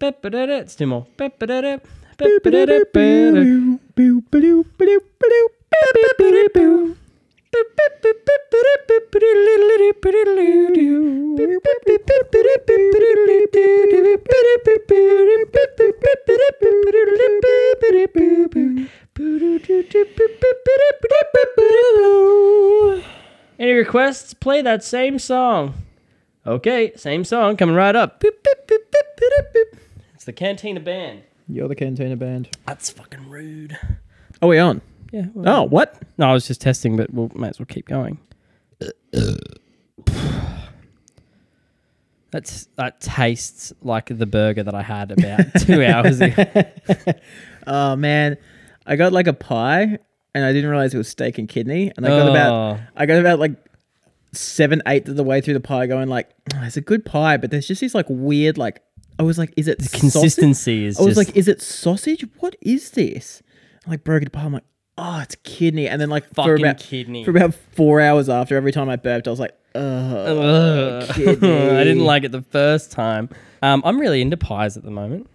C'était bon. Any requests? Play that same song. Okay, same song coming right up. Boop, boop, boop, boop, boop, boop. It's the Cantina Band. You're the Cantina Band. That's fucking rude. Oh, we on? Yeah. Oh, what? No, I was just testing, but we might as well keep going. That's that tastes like the burger that I had about two hours ago. Oh man, I got like a pie, and I didn't realize it was steak and kidney, and I got about Oh. I got about like seven eighth of the way through the pie, going like, "Oh, it's a good pie, but there's just these like weird like I was like, is it sausage?" Consistency is I was just like, is it sausage? What is this? I like broke it apart. I'm like, oh, it's kidney, and then like for Fucking about kidney. for about four hours after, every time I burped, I was like, ugh. Ugh. oh, kidney. I didn't like it the first time. Um, I'm really into pies at the moment.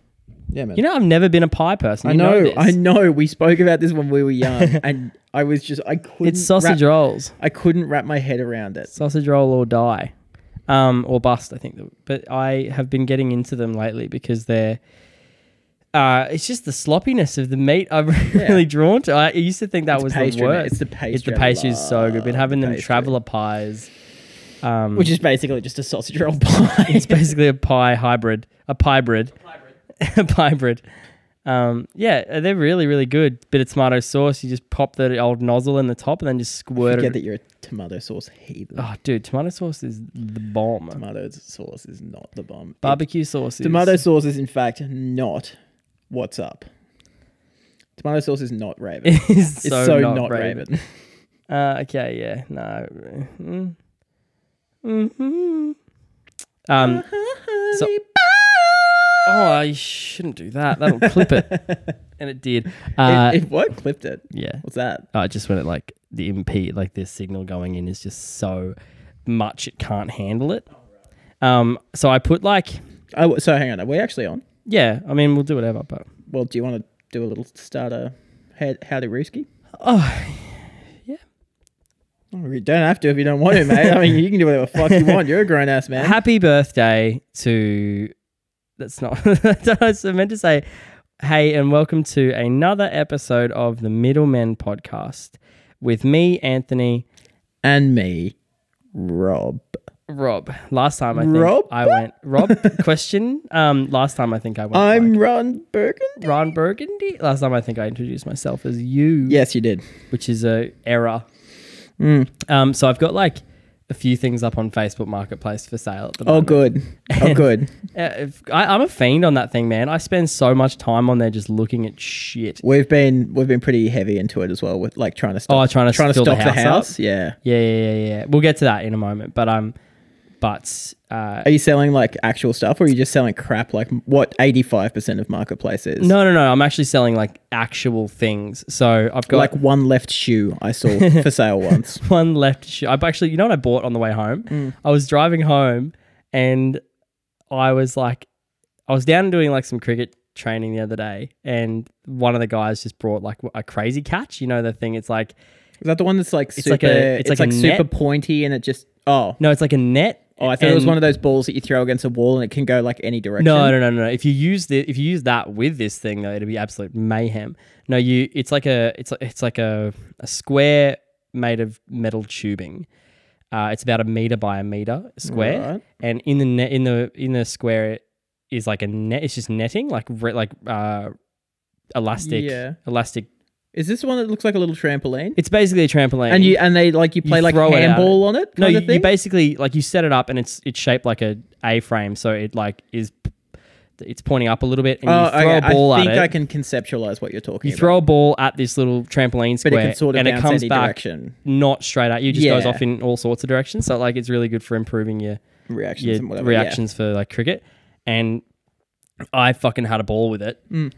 Yeah, man. You know, I've never been a pie person. I You know, this. I know. We spoke about this when we were young, and I was just I couldn't. It's sausage Wrap, rolls. I couldn't wrap my head around it. sausage roll or die um, or bust i think but i have been getting into them lately because they're uh, it's just the sloppiness of the meat i'm really drawn to i used to think that It's was pastry, the mate. worst It's the it's pastry. the I pastry is so good but love having the them pastry. traveler pies um, Which is basically just a sausage roll pie. it's basically a pie hybrid a pie bread a pie bread um, yeah they're really really good bit of tomato sauce you just pop the old nozzle in the top and then just squirt Forget it that you're a tomato sauce heathen. oh dude tomato sauce is the bomb Tomato sauce is not the bomb. It- barbecue sauce is Tomato sauce is in fact not what's up. Tomato sauce is not Raven. It is It's so, not, Raven. Uh, okay, yeah, no. Mm. Mhm. Um, so, oh, you shouldn't do that. That'll clip it, and it did. Uh, if, if what clipped it? yeah, What's that? uh, just when it like the MP, like this signal going in is just so much it can't handle it. Um, so I put like, Oh, so hang on. Are we actually on? yeah, I mean we'll do whatever, but Well, do you want to do a little starter? How, howdy, Rooski. oh, Oh, You don't have to if you don't want to, mate. I mean, you can do whatever the fuck you want. You're a grown ass man. Happy birthday to. That's not. I meant to say, hey, and welcome to another episode of the Middlemen podcast with me, Anthony, And me, Rob. Rob. Last time I think Rob? I went Rob question. Um, last time I think I went. I'm like, Ron Burgundy. Ron Burgundy. Last time I think I introduced myself as you. Yes, you did. Mm. which is a error. Um, so I've got like a few things up on Facebook Marketplace for sale at the Oh, moment. good. Oh, good. Uh, if, I, I'm a fiend on that thing, man. I spend so much time on there just looking at shit. We've been we've been pretty heavy into it as well with like trying to stop Oh, trying to trying to fill the stop the house up? house. Yeah. Yeah, yeah, yeah, yeah. We'll get to that in a moment, but um, but uh, Are you selling like actual stuff, or are you just selling crap? Like what eighty five percent of marketplace is? no, no, no. I'm actually selling like actual things. So I've got like one left shoe I saw for sale once. one left shoe. I actually, you know what I bought on the way home? Mm. I was driving home and I was like, I was down doing like some cricket training the other day, and one of the guys just brought like a crazy catch. You know the thing? It's like Is that the one that's like super? like It's like, a- it's like a super net. pointy, and it just oh no, it's like a net. oh I thought it was and- one of those balls that you throw against a wall and it can go like any direction. No, no, no, no. no. If you use the if you use that with this thing though, it'd be absolute mayhem. No, you it's like a it's like it's like a, a square made of metal tubing. Uh, it's about a meter by a meter square, Right. and in the net in the in the square it is like a net. It's just netting like re, like uh, elastic Yeah. elastic. Is this one that looks like a little trampoline? It's basically a trampoline. And you and they like you play like throw it at handball on it. no, kind you, of you thing? basically like you set it up and it's it's shaped like a A frame, so it like is it's pointing up a little bit, and Oh, you throw okay, a ball I at think it. I can conceptualize what you're talking you throw a ball at this little trampoline about, square, but it can sort of and it bounce comes any back direction. not straight at you. It Just goes Yeah. off in all sorts of directions. So like, it's really good for improving your Reactions your and whatever. yeah. reactions for like cricket. And I fucking had a ball with it. Mm.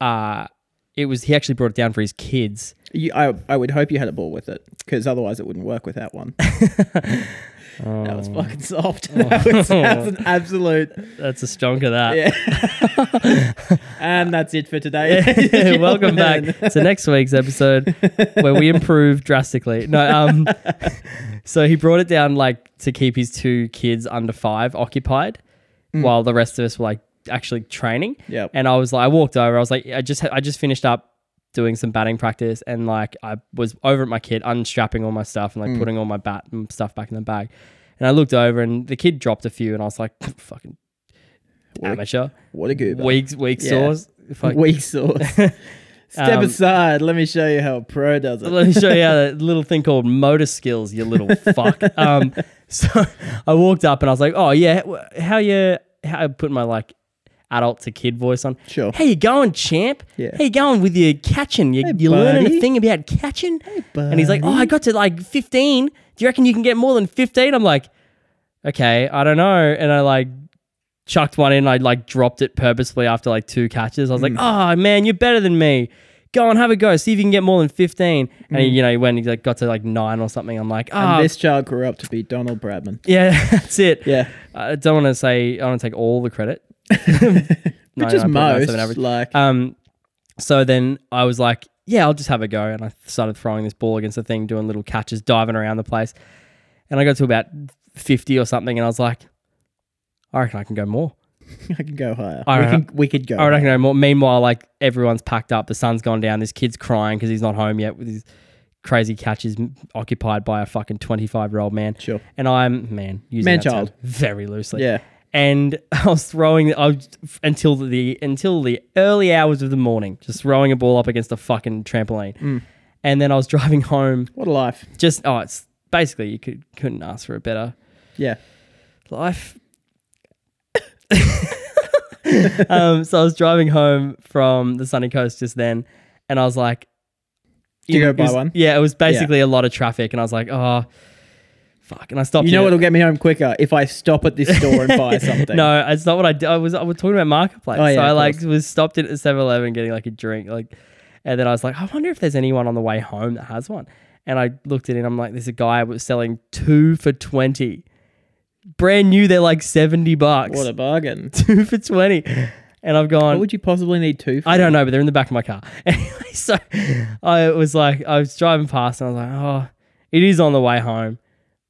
Uh it was he actually brought it down for his kids. You, I, I would hope you had a ball with it because otherwise it wouldn't work without one. That Oh, was fucking soft. That was, that was an absolute. That's a stonk of that. And that's it for today. Welcome back to next week's episode where we improve drastically. No, um, so he brought it down like to keep his two kids under five occupied, Mm. while the rest of us were like actually training. Yep. And I was like, I walked over. I was like, I just I just finished up doing some batting practice, and like I was over at my kid unstrapping all my stuff and like Hmm. putting all my bat and stuff back in the bag. And I looked over, and the kid dropped a few, and I was like, fucking Weak- amateur, What a goober. Weak, weak weak Yeah. sores. Fuck. sauce. Step Um, aside. Let me show you how a pro does it. Let me show you how that little thing called motor skills, you little fuck. Um, so I walked up and I was like, "Oh yeah, wh- how you?" How I put my like adult to kid voice on. Sure. How you going, champ? Yeah. How you going with your catching? You, you learning a buddy. Uh-huh. thing about catching? and he's like, "Oh, I buddy." got to like 15. Do you reckon you can get more than 15?" I'm like, "Okay, I don't know." And I like chucked one in. I like dropped it purposefully after like two catches. I was like, Hmm. oh man, you're better than me. Go on, have a go. See if you can get more than 15. And he, you know, he went, he like got to like nine or something. I'm like, Hmm. And ah, this child grew up to be Donald Bradman. yeah, that's it. Yeah. I don't want to say, I don't take all the credit. But just 99.97 most. average. Like, Um, so then I was like, yeah, I'll just have a go. And I started throwing this ball against the thing, doing little catches, diving around the place. And I got to about 50 or something. And I was like, I reckon I can go more. I can go higher. I we, don't can, we could go. I reckon no more. Meanwhile, like everyone's packed up, the sun's gone down. This kid's crying because he's not home yet with his crazy catches m- occupied by a fucking twenty-five-year-old man. Sure. And I'm man, using Man that term child. very loosely. Yeah. And I was throwing I was, until the until the early hours of the morning, just throwing a ball up against a fucking trampoline. Mm. And then I was driving home. What a life. Just oh, it's basically you could couldn't ask for a better Yeah. life. um, so I was driving home from the sunny coast just then, and I was like, Did you it go buy was- one? Yeah, it was basically a lot of traffic, and I was like, oh, fuck. And I stopped. You know in- what'll get me home quicker if I stop at this store and buy something. No, it's not what I did. I was I was talking about marketplace. Oh, yeah, so I of like course. was stopped in at 7-Eleven getting like a drink, like, and then I was like, I wonder if there's anyone on the way home that has one. And I looked at it. and I'm like, there's a guy was selling two for twenty, brand new. They're like seventy bucks. What a bargain. two for 20. And I've gone, What would you possibly need two for? I don't know, but they're in the back of my car. Anyway, so I was like, I was driving past and I was like, oh, it is on the way home.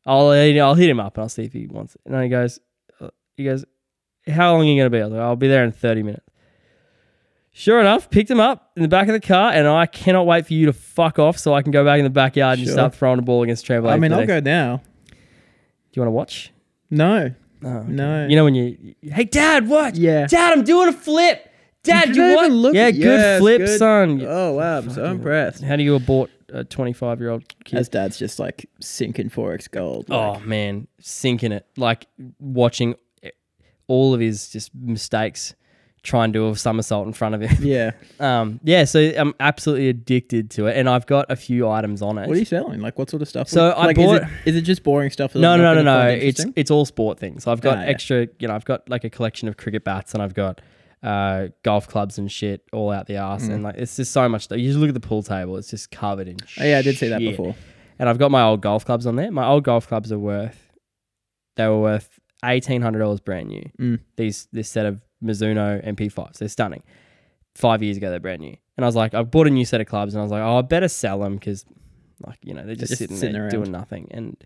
I'll, I'll hit him up and I'll see if he wants it. And he goes, uh, he goes, how long are you going to be? I was like, I'll be there in 30 minutes. Sure enough, picked him up in the back of the car and I cannot wait for you to fuck off so I can go back in the backyard and Sure. start throwing a ball against the trampoline. I mean, for the I'll next- go now. Do you want to watch? No. No. No. You know when you, hey dad, what? Yeah. Dad, I'm doing a flip. Dad, Did you you what? even look yeah, at- good yes, flip, good. son. Oh, wow. I'm so impressed. How do you abort a 25 year old kid? As dad's just like sinking Forex gold. Oh Like, man, sinking it. Like watching all of his just mistakes try and do a somersault in front of him. Yeah. Um, yeah, so I'm absolutely addicted to it, and I've got a few items on it. What are you selling? Like, what sort of stuff? So I like, bought- Is it, is it just boring stuff? that no, I'm no, not no, no, gonna no. find It's interesting? it's all sport things. So I've got Ah, yeah. extra, you know, I've got like a collection of cricket bats, and I've got uh, golf clubs and shit all out the ass, Mm. and like it's just so much. Stuff. You just look at the pool table; it's just covered in. Oh, yeah, I did see that shit. before. and I've got my old golf clubs on there. My old golf clubs are worth they were worth eighteen hundred dollars brand new. Mm. These this set of Mizuno MP5s. They're stunning. Five years ago, they're brand new. And I was like, I bought a new set of clubs, and I was like, oh, I better sell them because, like, you know, they're just, just sitting, sitting there around. doing nothing. And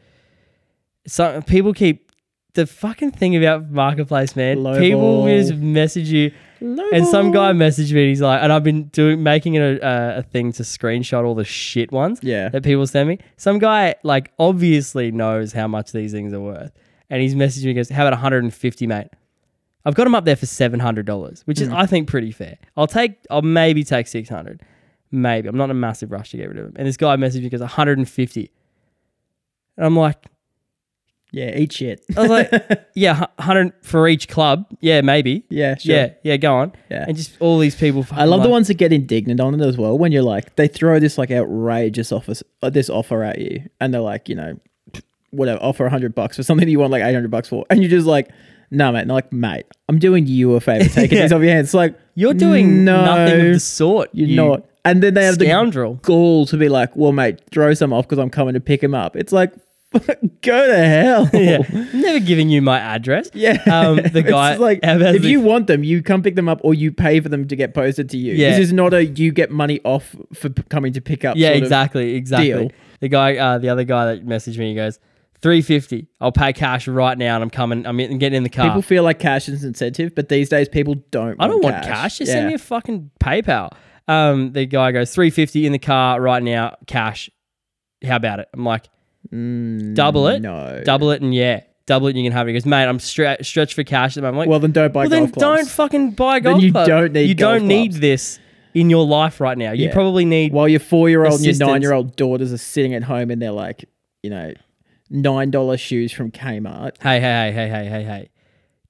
so people keep the fucking thing about marketplace, man. Low people ball. just message you. And some guy messaged me and he's like, and I've been doing making it a, a, a thing to screenshot all the shit ones Yeah. that people send me. Some guy like obviously knows how much these things are worth, and he's messaging me and goes, "How about 150, mate? I've got them up there for seven hundred dollars, which Hmm. is I think pretty fair. I'll take, I'll maybe take six hundred, maybe. I'm not in a massive rush to get rid of them." And this guy messaged me and goes, "150," and I'm like, Yeah, eat shit. I was like, yeah, hu- 100 for each club. Yeah, maybe. Yeah, sure. Yeah, yeah, go on. Yeah. And just all these people. I love the ones that get indignant on it as well. When you're like, they throw this like outrageous offer, uh, this offer at you, and they're like, you know, whatever, offer hundred bucks for something that you want like eight hundred bucks for, and you're just like, no, mate. And they're like, mate, I'm doing you a favor, taking Yeah. these off your hands. It's like You're doing no, nothing of the sort. You're you not. And then they have Scoundrel. the gall to be like, well, mate, throw some off because I'm coming to pick him up. It's like, go to hell. Yeah. I'm never giving you my address. Yeah. Um, the It's guy. just like how about if the- you want them, you come pick them up or you pay for them to get posted to you. Yeah. This is not a you get money off for p- coming to pick up. Yeah, sort of- exactly, exactly. deal. The guy, uh, the other guy that messaged me, he goes, 350 I'll pay cash right now, and I'm coming. I'm in- getting in the car. People feel like cash is incentive, but these days people don't. ah. I don't want cash. Just send me a fucking PayPal. Um, the guy goes, 350 in the car right now, cash. How about it? I'm like, double it. Mm, no. Double it, and yeah, double it, and you can have it. He goes, mate, I'm stre- stretched for cash. And I'm like, well, then don't buy well, then golf clubs. don't fucking buy a golf you club. don't need You golf don't need clubs. this in your life right now. You Yeah. probably need While your four year old and your Assistance. nine year old daughters are sitting at home and they're like, you know, nine dollar shoes from Kmart. Hey, hey, hey, hey, hey, hey, hey.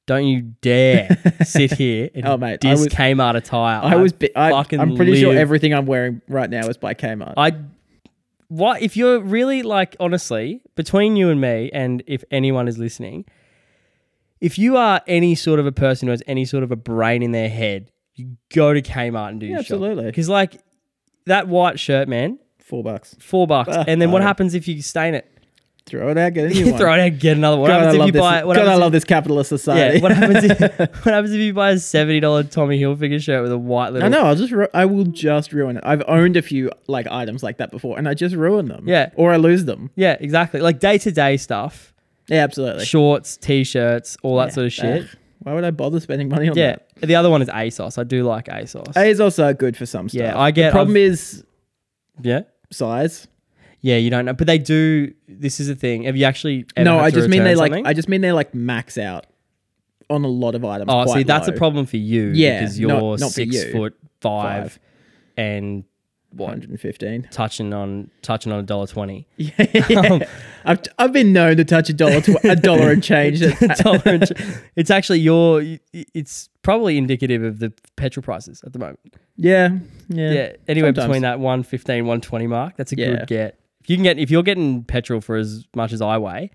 Don't you dare sit here and Oh, mate, I diss was- Kmart attire. I was. Bi- I, fucking I'm pretty sure live- everything I'm wearing right now is by Kmart. I what if you're really like honestly between you and me and if anyone is listening if you are any sort of a person who has any sort of a brain in their head you go to Kmart and do your absolutely. because like that white shirt man Four bucks. four bucks Ah, and then what no. happens if you stain it Throw it out. Get a new you one. throw it out get another one God, what I happens love if this. you buy what God, I happens if love this capitalist society. Yeah, what happens if what happens if you buy a seventy dollar Tommy Hilfiger shirt with a white little? I know. I'll just. Ru- I will just ruin it. I've owned a few like items like that before, and I just ruin them. Yeah. Or I lose them. Yeah, exactly. Like day to day stuff, Yeah, absolutely. shorts, t-shirts, all that sort of shit. Ugh, Why would I bother spending money on yeah. that? The other one is ASOS. I do like ASOS. A is also good for some stuff. Yeah, I get- The problem I've- is yeah. size. Yeah, you don't know, but they do. This is a thing. Have you actually? Ever No, had I to just mean return they like. something? I just mean they like max out on a lot of items. oh, see, quite that's a low. problem for you. Yeah, because not- you're not for six you. foot five, Five. and what 115. touching on touching on a dollar twenty. Um, Yeah. I've, I've been known to touch a dollar to a dollar and change. At, tolerance. it's actually your. It's probably indicative of the petrol prices at the moment. yeah, yeah. Yeah. anywhere Sometimes. between that 115, 120 mark, that's a Yeah. good get. If you can get, if you're getting petrol for as much as I weigh,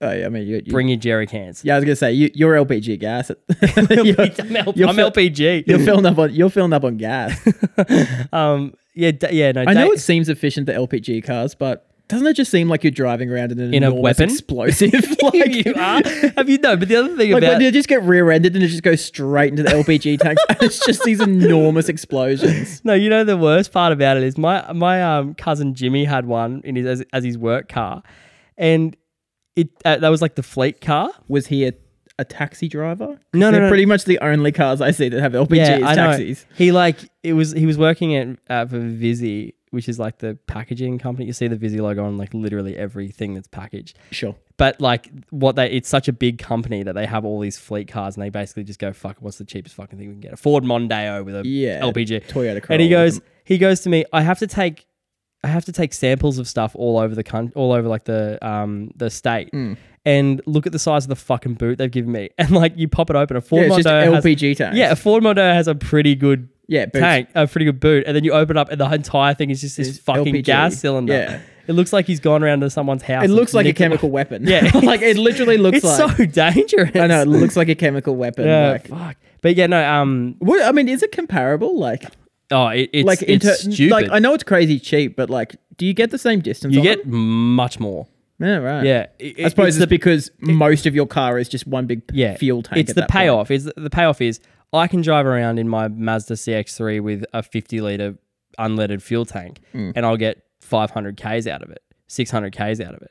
Oh, yeah, I mean, you, you, bring your jerry cans. yeah. I was gonna say you, you're LPG gas. I'm, L- you're I'm fill- You're LPG. filling up on you're filling up on gas. Um, yeah, d- yeah, no. I da- know it seems efficient the LPG cars, but doesn't it just seem like you're driving around in an In a enormous weapon? explosive? like you are. Have you no? But the other thing Like about when you just get rear-ended and it just goes straight into the LPG tank. and it's just these enormous explosions. No, you know the worst part about it is my my um, cousin Jimmy had one in his as, as his work car, and it uh, that was like the fleet car. Was he a, a taxi driver? No, no, They're no. pretty much the only cars I see that have LPG is taxis. know. He like it was he was working at uh, for Vizzy, which is like the packaging company. You see the Vizzy logo on like literally everything that's packaged. Sure. But like what they, it's such a big company that they have all these fleet cars, and they basically just go, "Fuck, what's the cheapest fucking thing we can get? A Ford Mondeo with a Yeah, LPG." Toyota Corolla. and he with goes he goes to me i have to take i have to take samples of stuff all over the country all over like the um the state Mm. and look at the size of the fucking boot they've given me and like you pop it open a them. ford yeah, it's just mondeo has, LPG tanks. yeah a ford mondeo has a pretty good yeah, boots. tank a pretty good boot and then you open up and the entire thing is just this It's fucking LPG, gas cylinder yeah. it looks like he's gone around to someone's house It and looks like a nicked it. chemical weapon. Yeah. like it literally looks it's like. so dangerous I know it looks like a chemical weapon. yeah Like, fuck but yeah no um what, I mean, is it comparable? Like, oh it, it's like it's inter- stupid Like, I know it's crazy cheap, but like, do you get the same distance? you on get it? much more yeah, right. yeah It- I it- suppose it's it's, because most of your car is just one big yeah. fuel tank. It's at the that point. payoff. Is the payoff is I can drive around in my Mazda CX-3 with a 50 liter unleaded fuel tank, Hmm. and I'll get 500 k's out of it, 600 k's out of it.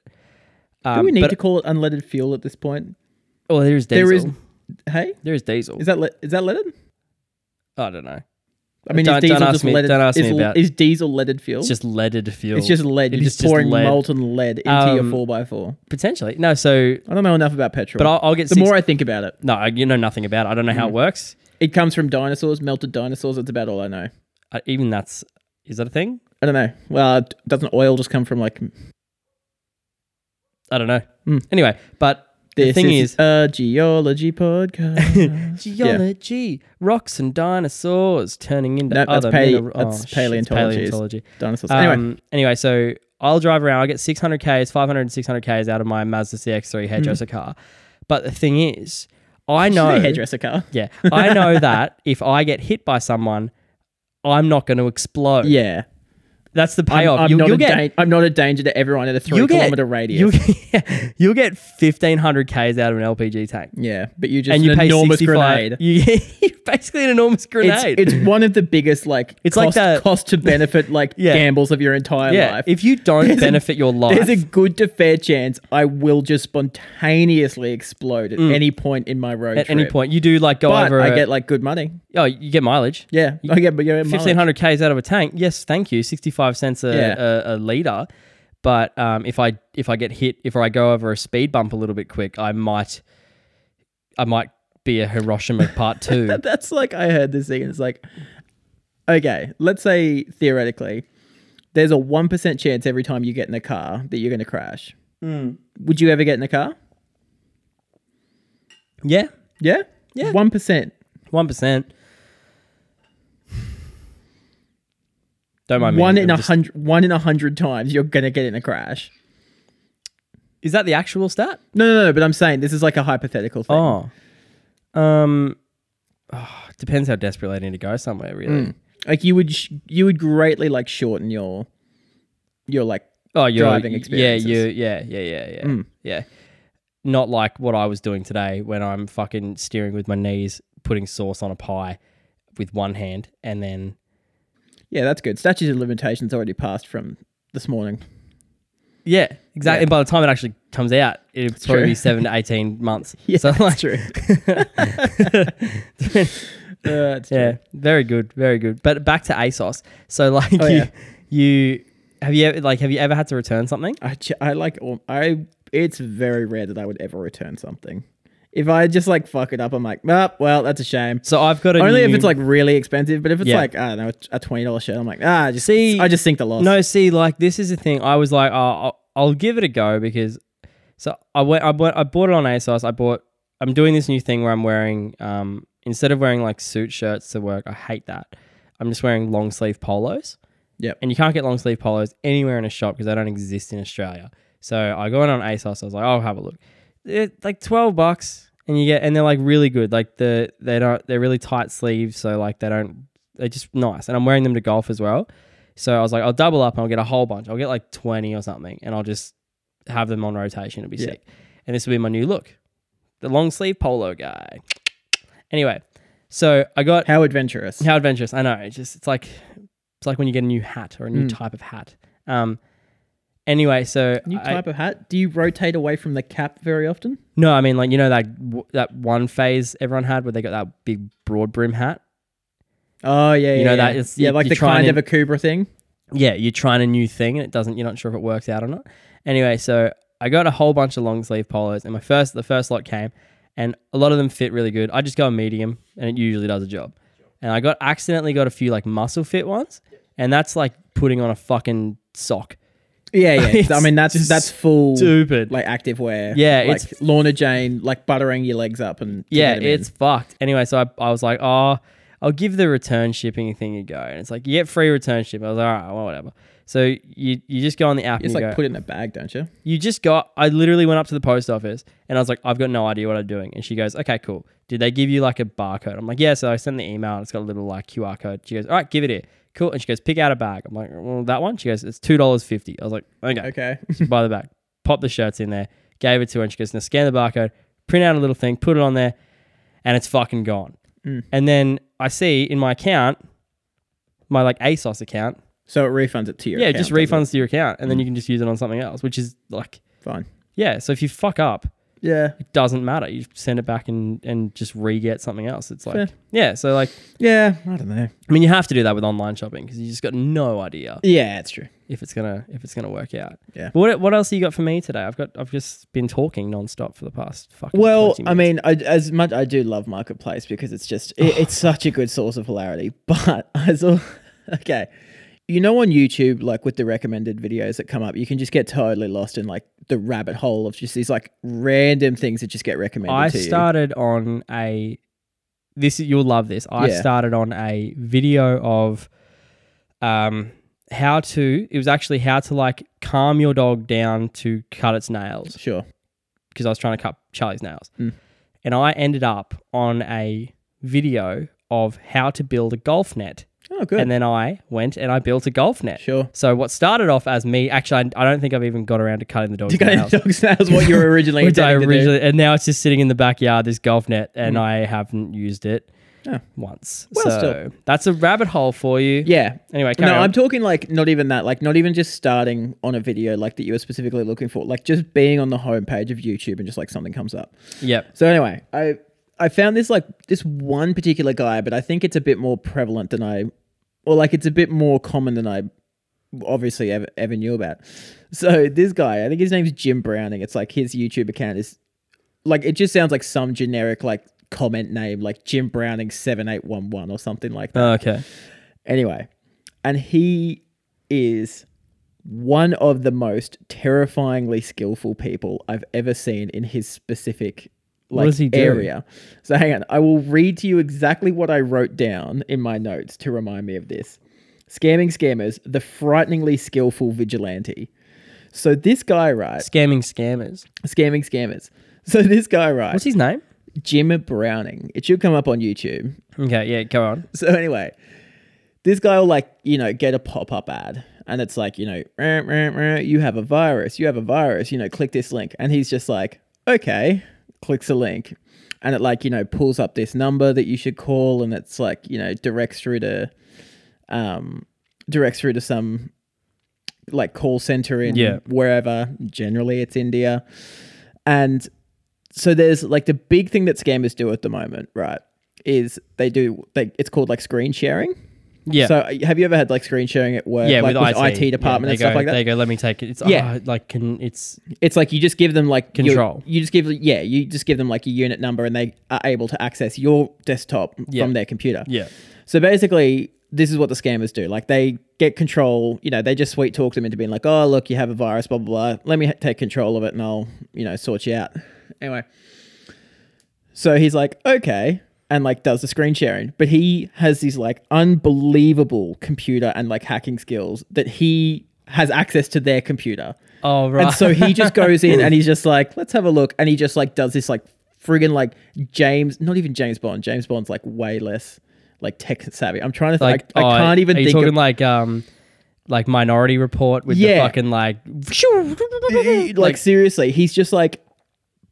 Um, Do we need but, to call it unleaded fuel at this point? Oh, there is diesel. There is. Hey, diesel. is that le- is that leaded? I don't know. I mean, Don't- is diesel don't ask just me- leaded? don't ask is, me l- about- is diesel leaded fuel? It's just leaded fuel. It's just lead. It You're is just pouring lead. molten lead into Um, your four x four. potentially. No, so I don't know enough about petrol, but I'll, I'll get the six- more Mm. I think about it, No, I- you know nothing about. it. I don't know how it works. it comes from dinosaurs, melted dinosaurs. That's about all I know. I, Uh, even that's is that a thing? uh, I don't know. Well, d- doesn't oil just come from like I don't know. Mm. Anyway, but the This thing is, a geology podcast. geology, rocks and dinosaurs turning into No, that's other pale- mineral- oh, that's paleontology. paleontology. Dinosaurs. Um, anyway, anyway. so I'll drive around. I get 600 Ks, 500 and 600 Ks out of my Mazda CX3 Mm. hairdresser car. But the thing is, I no know. hairdresser car. Yeah. I know that if I get hit by someone, I'm not going to explode. Yeah, That's the I'm, payoff. I'm you'll, not you'll a get, dan- I'm not a danger to everyone in a three you'll get- kilometer You'll, radius. you'll get 1,500 Ks out of an LPG tank. yeah, but you just And an you pay enormous 65 grenade. You, you're basically an enormous grenade. It's, it's one of the biggest like It's like cost, that- cost to benefit like Yeah. gambles of your entire yeah. life. If you don't There's a- benefit your life, There's a good to fair chance I will just spontaneously explode at any point in my road Mm. at any trip. point, you do like go But over. I a- get like good money. oh, you get mileage. Yeah, I get but yeah, fifteen hundred k's out of a tank. Yes, thank you. Sixty five cents a, Yeah. a, a liter. But um, if I if I get hit, if I go over a speed bump a little bit quick, I might, I might be a Hiroshima part two. That's like I heard this thing. and It's like, okay, let's say theoretically, there's a one percent chance every time you get in a car that you're going to crash. Mm. Would you ever get in a car? yeah, Yeah, yeah, one percent. one percent. Don't mind me. One I'm in a just- hundred. One in a hundred times you're going to get in a crash. Is that the actual stat? No, no, no. But I'm saying this is like a hypothetical thing. Oh, um, oh, depends how desperate I need to go somewhere. Mm. Really. Like you would, sh- you would greatly like shorten your, your like. mm. oh, you're, driving experiences. Yeah, you, yeah, yeah, yeah, yeah, yeah. Not like what I was doing today when I'm fucking steering with my knees, putting sauce on a pie with one hand, and then Yeah, that's good. Statute of limitations already passed from this morning. yeah, Yeah. exactly. And by the time it actually comes out, it'll probably true. be seven to eighteen months. Yeah, so like, that's true. Uh, that's true. yeah, very good, very good. But back to ASOS. So like, Oh, you, yeah. you have you ever like have you ever had to return something? I, ch- I like all- I it's very rare that I would ever return something. If I just like fuck it up, I'm like, ah, well, that's a shame. So I've got a Only if new- it's like really expensive, but if it's Yeah. like I don't know a twenty dollar shirt, I'm like, ah, just See, I just think the loss. No, see, like this is the thing. I was like, oh, I'll, I'll give it a go because so I went, I bought, I bought it on ASOS. I bought. I'm doing this new thing where I'm wearing, um, instead of wearing like suit shirts to work, I hate that. I'm just wearing long sleeve polos. Yep. And you can't get long sleeve polos anywhere in a shop because they don't exist in Australia. So I go in on ASOS. I was like, "Oh, I'll have a look. It, like twelve bucks, and you get, and they're like really good. Like the they don't, they're really tight sleeves, so like they don't, they're just nice. And I'm wearing them to golf as well. So I was like, I'll double up and I'll get a whole bunch. I'll get like 20 or something and I'll just have them on rotation. It'll be Yeah. sick. And this will be my new look the long sleeve polo guy. Anyway, so I got How adventurous. how adventurous. I know. It's just, it's like, it's like when you get a new hat or a Mm. new type of hat. Um, anyway, so New I- type of hat. Do you rotate away from the cap very often? no, I mean like you know that w- that one phase everyone had where they got that big broad brim hat. Oh yeah, yeah know yeah. that it's- yeah, you- like you the try kind of and- a Cobra thing. yeah, you're trying a new thing and it doesn't, you're not sure if it works out or not. Anyway, so I got a whole bunch of long sleeve polos and my first, the first lot came and a lot of them fit really good. I just go a medium and it usually does a job. And I got accidentally got a few like muscle fit ones and that's like putting on a fucking sock. Yeah, It's yeah. I mean that's just that's full Stupid. like active wear. Yeah, like it's- Lorna Jane like buttering your legs up and to yeah, get 'em in. it's fucked. Anyway, so I, I was like, oh, I'll give the return shipping thing a go. And it's like, you get free return shipping. I was like, all right, well, whatever. So you, you just go on the app and it's you like go, put it in a bag, don't you? you just got i literally went up to the post office and i was like i've got no idea what i'm doing and she goes okay cool did they give you like a barcode i'm like yeah so i sent the email and it's got a little like qr code she goes all right give it here cool and she goes pick out a bag i'm like well that one she goes it's $2.50 i was like okay Okay. so buy the bag pop the shirts in there gave it to her and she goes now scan the barcode print out a little thing put it on there and it's fucking gone and then i see in my account my like asos account So it refunds it to your yeah it account, just doesn't refunds to your account and then you can just use it on something else which is like it? Fine. yeah, so if you fuck up, Yeah. it doesn't matter. You send it back and and just re-get something else. It's like Fair. yeah, so like Yeah. I don't know. I mean, you have to do that with online shopping because you just got no idea Yeah, it's true. if it's gonna if it's gonna work out. Yeah. But what what else have you got for me today? I've got I've just been talking nonstop for the past fucking. Well, 20 I minutes. mean, I, as much I do love Marketplace because it's just it, it's such a good source of hilarity. But I saw okay, you know on YouTube, like with the recommended videos that come up, you can just get totally lost in like the rabbit hole of just these like random things that just get recommended I to you. started on a this you'll love this. I Yeah. started on a video of um how to it was actually how to like calm your dog down to cut its nails Sure. because I was trying to cut Charlie's nails. Mm. And I ended up on a video of how to build a golf net. Oh, good. And then I went and I built a golf net. sure. So what started off as me actually I I don't think I've even got around to cutting the dog's You got nails. any dog snails? What you were originally Which I intending to do. originally, and now it's just sitting in the backyard, this golf net, and I haven't used it Oh. once. Well, so still- that's a rabbit hole for you. Yeah. Anyway, No, carry on. I'm talking like not even that, like not even just starting on a video like that you were specifically looking for, like just being on the homepage of YouTube and just like something comes up. yep. So anyway, I I found this like this one particular guy, but I think it's a bit more prevalent than I, or like it's a bit more common than I obviously ever, ever knew about. So this guy, I think his name's Jim Browning. It's like his YouTube account is like it just sounds like some generic like comment name like Jim Browning seven eight one one or something like that. Oh, okay. Anyway, and he is one of the most terrifyingly skillful people I've ever seen in his specific like does he do? area. So hang on, I will read to you exactly what I wrote down in my notes to remind me of this. Scamming scammers, the frighteningly skillful vigilante. So this guy, right? Scamming scammers. Scamming scammers. So this guy, right? What's his name? Jim Browning. It should come up on YouTube. Okay, yeah, go on. So anyway, this guy will like, you know, get a pop-up ad and it's like, you know, "Rah, rah, rah, you have a virus, you have a virus, you know, click this link. And he's just like, okay, clicks a link. And it like, you know, pulls up this number that you should call and it's like, you know, directs through to um directs through to some like call center in Yeah. wherever. Generally it's India. And so there's like the big thing that scammers do at the moment, right? Is they do they it's called like screen sharing. Yeah. So uh, have you ever had like screen sharing at work? yeah, Uh, like, with, IT. Yeah, department they and stuff go- like They that. go, let me take it. It's, Yeah. yeah. like, can, it's, It's like you just give them like your- Control. You just give yeah, you just give them like a unit number and they are able to access your desktop Yeah. from their computer. yeah. So basically, this is what the scammers do. Like they get control. You know, they just sweet talk them into being like, "Oh, look, you have a virus, blah blah blah. Let me ha- take control of it, and I'll you know sort you out." Anyway, so he's like, "Okay." And like does the screen sharing, but he has these like unbelievable computer and like hacking skills that he has access to their computer. Oh, right. And so he just goes in and he's just like, let's have a look. And he just like does this like friggin' like James, not even James Bond. James Bond's like way less like tech savvy. I'm trying to think. like, I, I oh, can't even are you think talking of like, um, like Minority Report with Yeah. the fucking, like, like, seriously. He's just like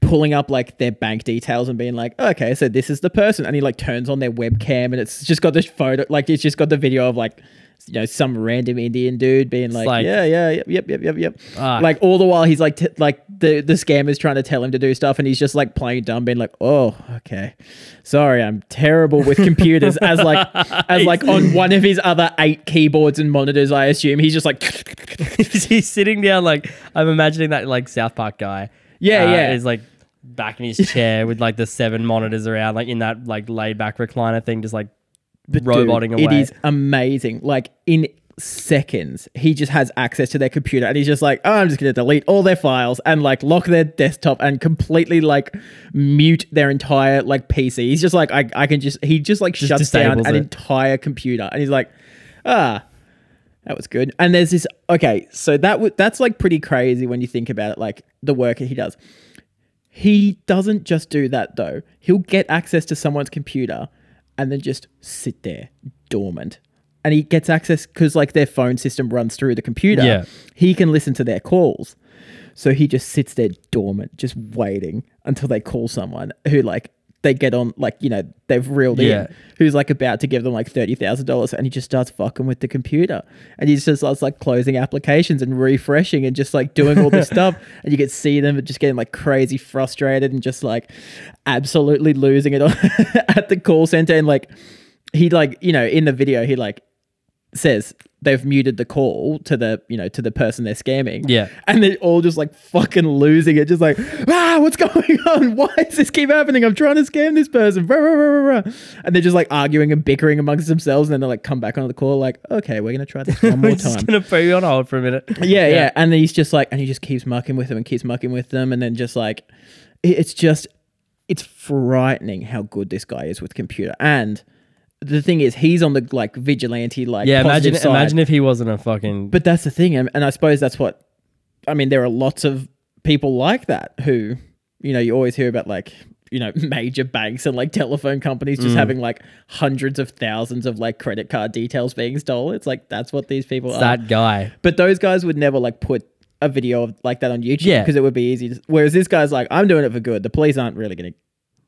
pulling up like their bank details and being like, okay, so this is the person. And he like turns on their webcam and it's just got this photo, like it's just got the video of like, you know, some random Indian dude being like, like- yeah, yeah, yep, yep, yep, yep, yep. Ah. like all the while he's like, t- like the the scammer's trying to tell him to do stuff, and he's just like playing dumb, being like, oh, okay, sorry, I'm terrible with computers. as like, as like on one of his other eight keyboards and monitors, I assume he's just like, he's sitting down like I'm imagining that like South Park guy. uh, Yeah, yeah. Is like back in his chair with like the seven monitors around, like in that like laid back recliner thing, just like roboting Dude, away. It is amazing. Like in seconds, he just has access to their computer and he's just like, oh, I'm just gonna delete all their files and like lock their desktop and completely like mute their entire like PC. He's just like, I, I can just he just like shuts down disables an it. entire computer and he's like, ah. That was good. And there's this okay, so that would that's like pretty crazy when you think about it, like the work that he does. He doesn't just do that though. He'll get access to someone's computer and then just sit there dormant. And he gets access because like their phone system runs through the computer. Yeah. He can listen to their calls. So he just sits there dormant, just waiting until they call someone who like they get on like, you know, they've reeled Yeah. in who's like about to give them like thirty thousand dollars and he just starts fucking with the computer. And he just starts like closing applications and refreshing and just like doing all this stuff. And you could see them just getting like crazy frustrated and just like absolutely losing it on at the call center and like he like, you know, in the video he like says they've muted the call to the you know to the person they're scamming. Yeah. and they're all just like fucking losing it, just like ah, what's going on? Why does this keep happening? I'm trying to scam this person, Rah, rah, rah, rah, rah. and they're just like arguing and bickering amongst themselves, and then they like come back onto the call, like okay, we're gonna try this one more We're time. just gonna put you on hold for a minute. Yeah, yeah, And then he's just like, and he just keeps mucking with them and keeps mucking with them, and then just like, it- it's just, it's frightening how good this guy is with computer. And the thing is, he's on the like vigilante, like Yeah, positive imagine side. imagine if he wasn't a fucking But that's the thing, and, and I suppose that's what, I mean, there are lots of people like that who, you know, you always hear about like. You know, major banks and like telephone companies Mm. just having like hundreds of thousands of like credit card details being stolen. It's like that's what these people are. that guy. But those guys would never like put a video of like that on YouTube Yeah. because it would be easy. To, whereas this guy's like, I'm doing it for good. The police aren't really going to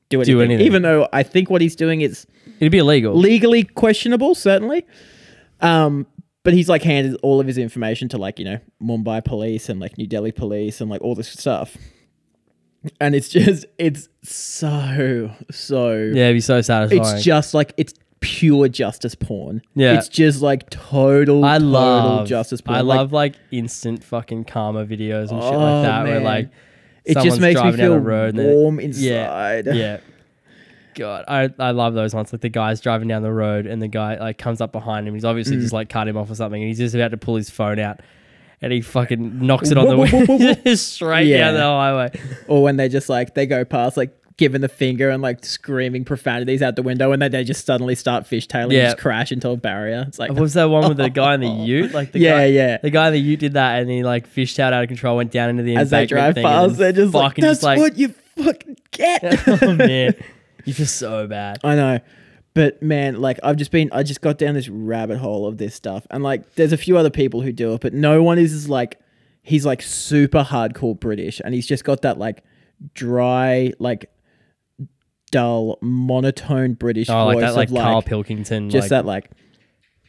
do anything, anything. even though I think what he's doing is It'd be illegal. legally questionable, certainly. Um, but he's like handed all of his information to like you know Mumbai police and like New Delhi police and like all this stuff. And it's just it's so so yeah, it'd be so satisfying. it's just like it's pure justice porn. Yeah. it's just like total I total love justice porn. I Like, love like instant fucking karma videos and shit Oh, like that where man. like It someone's just makes me driving down feel the road and then- warm Yeah, inside. yeah. God, I, I love those ones. Like the guy's driving down the road and the guy like comes up behind him. He's obviously Mm. just like cut him off or something, and he's just about to pull his phone out, and he fucking knocks it on the Whoop, whoop, whoop, window whoop, just straight Yeah. down the highway. Or when they just like they go past like giving the finger and like screaming profanities out the window, and then they just suddenly start fishtailing Yeah. and just crash into a barrier. It's like What was that one with the guy in the Ute? Like the Yeah, guy, yeah. the guy in the Ute did that, and he like fished out out of control, went down into the as they embankment drive thing and past, then they're just like, fucking "That's just like, what you fucking get." oh man, you feel so bad. I know. But man, like I've just been I just got down this rabbit hole of this stuff. And like there's a few other people who do it, but no one is as like he's like super hardcore British and he's just got that like dry, like dull, monotone British Oh, like voice that, like, of like Carl Pilkington, just like, that like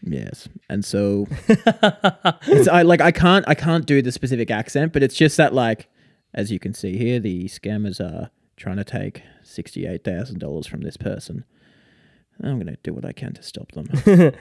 Yes. And so it's, I like I can't I can't do the specific accent, but it's just that like as you can see here, the scammers are trying to take sixty eight thousand dollars from this person. I'm gonna do what I can to stop them.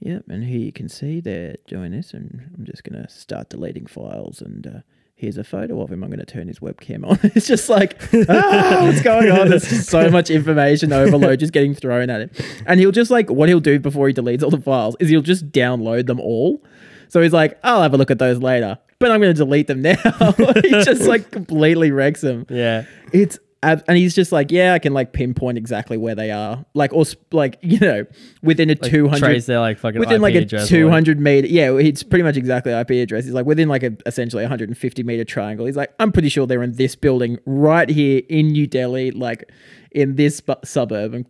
yep, and here you can see they're doing this, and I'm just gonna start deleting files. And uh, here's a photo of him. I'm gonna turn his webcam on. it's just like, ah, what's going on? There's just so much information overload just getting thrown at him. And he'll just like, what he'll do before he deletes all the files is he'll just download them all. So he's like, I'll have a look at those later, but I'm gonna delete them now. he just like completely wrecks them. yeah. It's ab- and he's just like, yeah, I can like pinpoint exactly where they are, like or sp- like you know, within a two hundred Trace their like fucking within IP like a address, two hundred meter. Yeah, it's pretty much exactly IP address. He's like within like a essentially one hundred and fifty meter triangle. He's like, I'm pretty sure they're in this building right here in New Delhi, like in this bu- suburb. And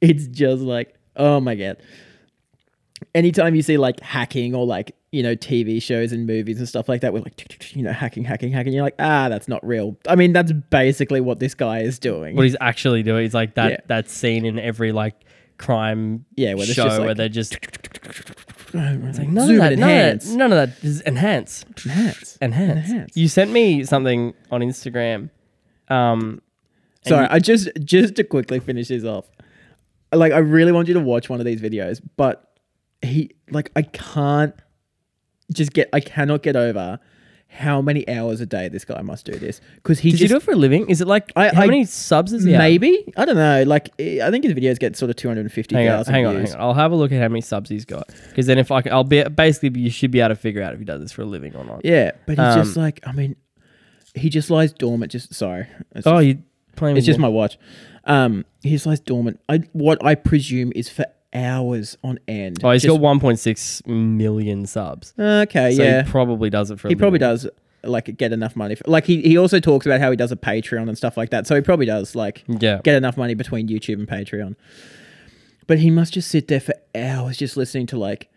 it's just like, oh my god anytime you see like hacking or like you know TV shows and movies and stuff like that, we're like tick, tick, tick, you know hacking, hacking, hacking. You're like, ah, that's not real. I mean, that's basically what this guy is doing. What he's actually doing is like that Yeah. that scene in every like crime Yeah, where there's show just, like- where they're just it's like none of that, none of that, none of that is enhance, enhance. enhance. Enhance. You sent me something on Instagram. Um, Sorry, I just just to quickly finish this off. Like, I really want you to watch one of these videos, but he like I can't just get I cannot get over how many hours a day this guy must do this because he does just he do it for a living? Is it like I- how I- many subs is he? at? maybe I don't know like eh, I think his videos get sort of two hundred and fifty Hang on, thousand hang on, views. hang on. I'll have a look at how many subs he's got. Because then if I can, I'll be basically you should be able to figure out if he does this for a living or not. Yeah, but he's just Um, like I mean, he just lies dormant. Just sorry, it's, Oh, just, you playing? it's with just me. my watch. Um, he just lies dormant. I what I presume is for hours on end. Oh, he's Just- got 1.6 million subs. okay, So yeah. he probably does it for. He a probably living. does like get enough money. For, like he he also talks about how he does a Patreon and stuff like that. So he probably does like Yeah. get enough money between YouTube and Patreon. But he must just sit there for hours just listening to like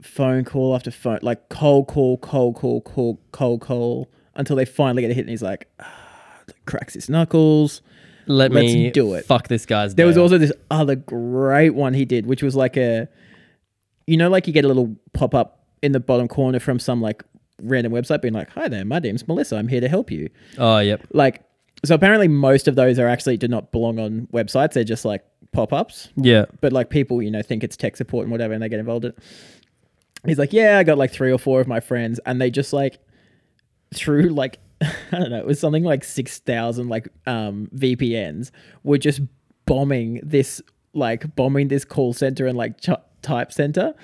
phone call after phone, like cold call, cold call, call, cold call until they finally get a hit and he's like, ah, cracks his knuckles. Let Let's me do it. Fuck this guy's. There was day. also this other great one he did, which was like a, you know, like you get a little pop up in the bottom corner from some like random website being like, hi there, my name's Melissa. I'm here to help you. Oh, yep. Like, so apparently most of those are actually do not belong on websites. They're just like pop ups. Yeah. but like people, you know, think it's tech support and whatever, and they get involved in. it. he's like, yeah, I got like three or four of my friends, and they just like through like I don't know, it was something like six thousand like um VPNs were just bombing this like bombing this call center and like ch- type center.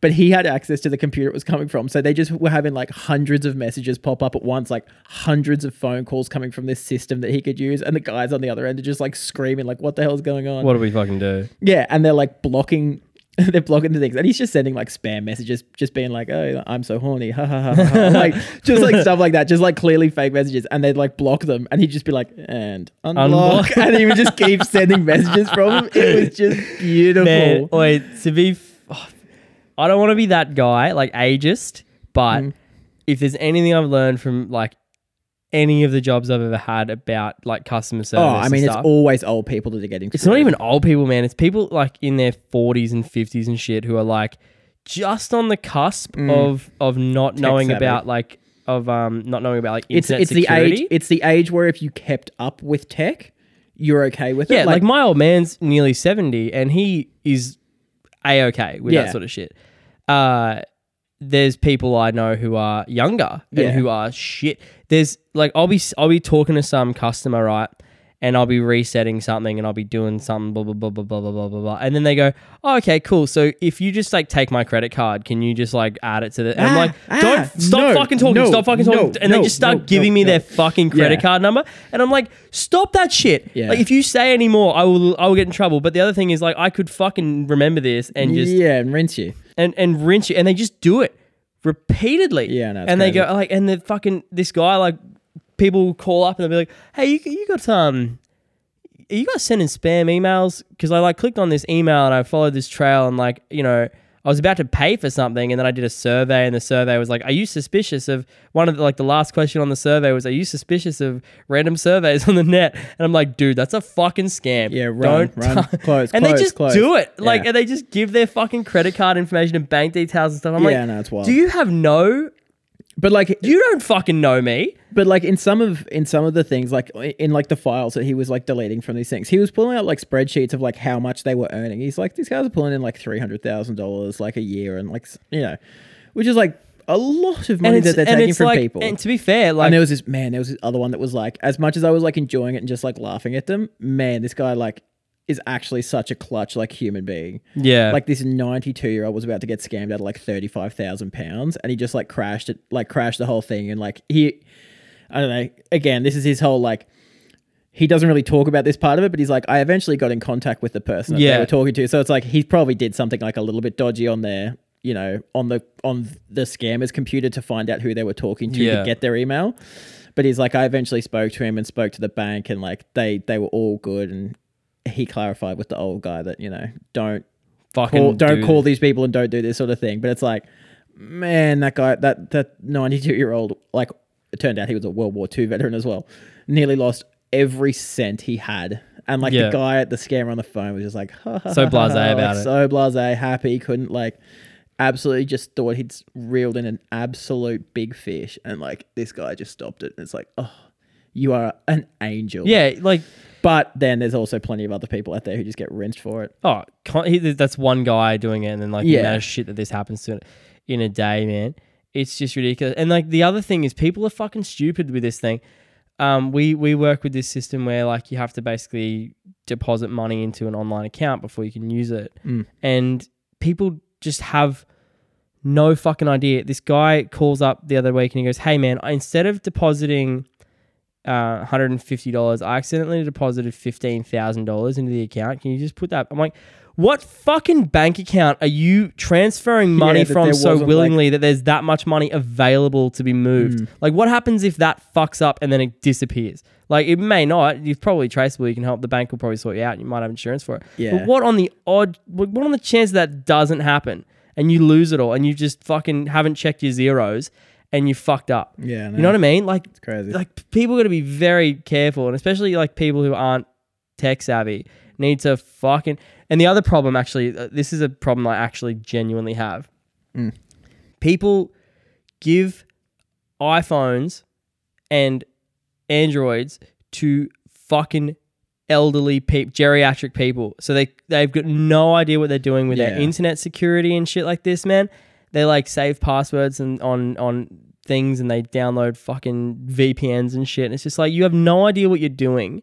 But he had access to the computer it was coming from, so they just were having like hundreds of messages pop up at once, like hundreds of phone calls coming from this system that he could use, and the guys on the other end are just like screaming, like, "What the hell's going on?" What do we fucking do? Yeah, and they're like blocking. They're blocking the things, and he's just sending like spam messages, just being like, "Oh, I'm so horny," ha ha ha, ha, ha. like just like stuff like that, just like clearly fake messages, and they'd like block them, and he'd just be like, "And unblock,", Unblock. and he would just keep sending messages from him. It was just beautiful. Man, wait, to be, f- oh, I don't want to be that guy, like ageist, but Mm. if there's anything I've learned from like any of the jobs I've ever had about like customer service, oh, I mean, and it's stuff, always old people that are getting. it's not even old people, man. It's people like in their 40s and 50s and shit who are like just on the cusp of of not knowing Mm. savvy. about like of um not knowing about like It's internet it's security. the age. It's the age where if you kept up with tech, you're okay with it. Yeah, like, my old man's nearly 70 and he is a okay with Yeah. that sort of shit. Uh, there's people I know who are younger Yeah. and who are shit. There's like I'll be I'll be talking to some customer right, and I'll be resetting something and I'll be doing something blah blah blah blah blah blah blah blah blah, and then they go, oh, okay, cool. So if you just like take my credit card, can you just like add it to the? And I'm Ah, like, ah, don't stop no, fucking talking, no, stop fucking talking, no, and no, they just start no, giving no, me no. their fucking credit Yeah. card number, and I'm like, stop that shit. Yeah. Like if you say any more, I will I will get in trouble. But the other thing is like I could fucking remember this and just yeah, and rinse you. and and rinse it, and they just do it repeatedly. Yeah, I know, it's and they crazy. go like, and the fucking this guy like, people call up and they'll be like, "Hey, you, you got um, you got sending spam emails?" Because I like clicked on this email and I followed this trail and like you know. I was about to pay for something, and then I did a survey, and the survey was like, "Are you suspicious of one of the, like the last question on the survey was Are you suspicious of random surveys on the net?" And I'm like, "Dude, that's a fucking scam. Yeah, run, run, close, and close, they just close. do it. Like, Yeah. and they just give their fucking credit card information and bank details and stuff. I'm Yeah, like, no, it's wild. do you have no? But like, You don't fucking know me. But like in some of in some of the things, like in like the files that he was like deleting from these things, he was pulling out like spreadsheets of like how much they were earning. He's like, these guys are pulling in like three hundred thousand dollars like a year, and like s- you know, which is like a lot of money that they're taking from like, people. and to be fair, like, and there was this man, there was this other one that was like, as much as I was like enjoying it and just like laughing at them, man, this guy like is actually such a clutch like human being. yeah, Like this 92 year old was about to get scammed out of like 35,000 pounds and he just like crashed it, like crashed the whole thing. And like he, I don't know, again, this is his whole like, he doesn't really talk about this part of it, but he's like, I eventually got in contact with the person that Yeah. they were talking to. So it's like he probably did something like a little bit dodgy on their, you know, on the on the scammer's computer to find out who they were talking to Yeah. to get their email. But he's like, I eventually spoke to him and spoke to the bank and like they they were all good and he clarified with the old guy that, you know, don't fucking call, don't dude. call these people and don't do this sort of thing. But it's like, man, that guy, that that ninety two year old, like, it turned out he was a World War II veteran as well. Nearly lost every cent he had, and like Yeah. the guy at the scammer on the phone was just like, ha, ha, So ha, blasé ha, about like, it. so blasé, happy, couldn't like. Absolutely, just thought he'd s- reeled in an absolute big fish, and like this guy just stopped it. And it's like, oh, you are an angel. Yeah, like, But then there's also plenty of other people out there who just get rinsed for it. oh, can't, he, that's one guy doing it, and then like the Yeah. amount of shit that this happens to in a day, man, it's just ridiculous. And like the other thing is, people are fucking stupid with this thing. Um, we we work with this system where like you have to basically deposit money into an online account before you can use it, Mm. and people just have no fucking idea. This guy calls up the other week and he goes, "Hey man, I- instead of depositing uh, one hundred and fifty dollars, I accidentally deposited fifteen thousand dollars into the account. Can you just put that?" I'm like, "What fucking bank account are you transferring money that from there so wasn't, like- Mm. willingly that there's that much money available to be moved? Like, what happens if that fucks up and then it disappears?" Like it may not. You're probably traceable. You can help. The bank will probably sort you out. You might have insurance for it. Yeah. But what on the odd? What what on the chance that doesn't happen and you lose it all and you just fucking haven't checked your zeros and you fucked up? Yeah, I You know what I mean? Like, crazy. like p- people got to be very careful, and especially like people who aren't tech savvy need to fucking. And the other problem, actually, uh, this is a problem I actually genuinely have. People give iPhones and androids to fucking elderly people, geriatric people. So they they've got no idea what they're doing with their Yeah. internet security and shit like this, man. they like save passwords and on on things and they download fucking VPNs and shit. And it's just like you have no idea what you're doing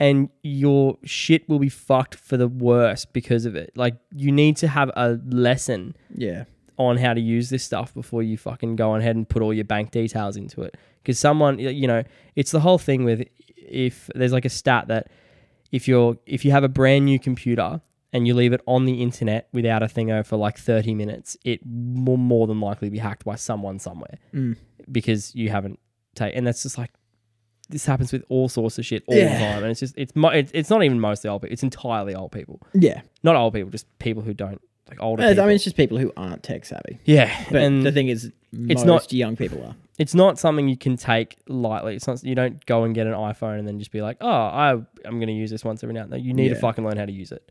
and your shit will be fucked for the worst because of it. Like you need to have a lesson Yeah. on how to use this stuff before you fucking go ahead and put all your bank details into it. Because someone, y- you know, it's the whole thing with if there's like a stat that if you're if you have a brand new computer and you leave it on the internet without a thingo for like 30 minutes, it will more than likely be hacked by someone somewhere Mm. because you haven't taken. And that's just like this happens with all sorts of shit all the Yeah. time, and it's just it's mo- it's it's not even mostly old people. It's entirely old people, Yeah. not old people, just people who don't like older. I people. mean, it's just people who aren't tech savvy. yeah, But and the thing is, most not- young people are. it's not something you can take lightly. It's not you don't go and get an iPhone and then just be like, oh, I I'm gonna use this once every now and then. You need to Yeah. Mm. fucking learn how to use it,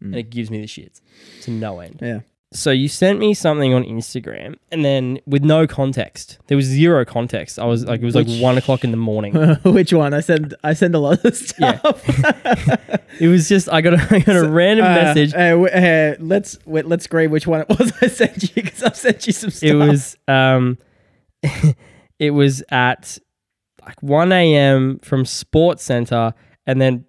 and it gives me the shits to no end. Yeah. So you sent me something on Instagram, and then with no context, there was zero context. I was like, it was like Which- one o'clock in the morning. Which one? I send I send a lot of stuff. It was just I got a, I got a random Uh, message. uh, w- uh, let's wait, let's agree which one it was I sent you because I sent you some stuff. It was um, it was at like one a.m. from Sports Center, and then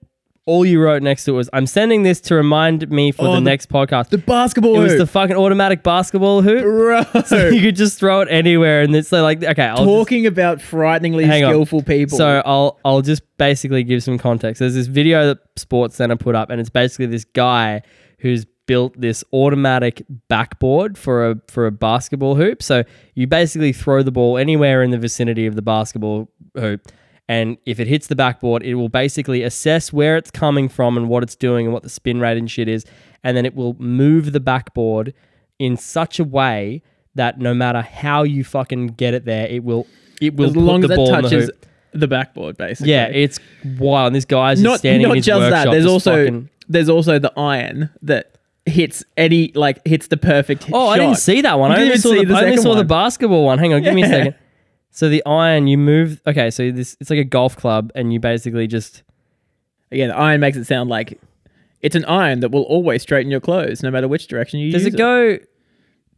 all you wrote next to it was, "I'm sending this to remind me for Oh, the, the- next podcast." the basketball. it was hoop. the fucking automatic basketball hoop. bro. you could just throw it anywhere, and it's like, okay, I'll just- Talking about frighteningly Hang on. skillful people. So I'll I'll just basically give some context. There's this video that Sports Center put up, and it's basically this guy who's built this automatic backboard for a for a basketball hoop. So you basically throw the ball anywhere in the vicinity of the basketball hoop. And if it hits the backboard, it will basically assess where it's coming from and what it's doing and what the spin rate and shit is. And then it will move the backboard in such a way that no matter how you fucking get it there, it will it will as put long the as that ball in the touches hoop. the, backboard, basically. Yeah, it's wild. And this guy's just not standing in not his just workshop. that. There's just also fucking- there's also the iron that hits any like hits the perfect. hit- oh, I didn't shot. see that one. You I didn't only even saw, see the, the I only second saw the one. basketball one. Hang on, give me a Yeah. second. So the iron, you move. Okay, so this it's like a golf club, and you basically just Again, iron makes it sound like it's an iron that will always straighten your clothes, no matter which direction you does use it go?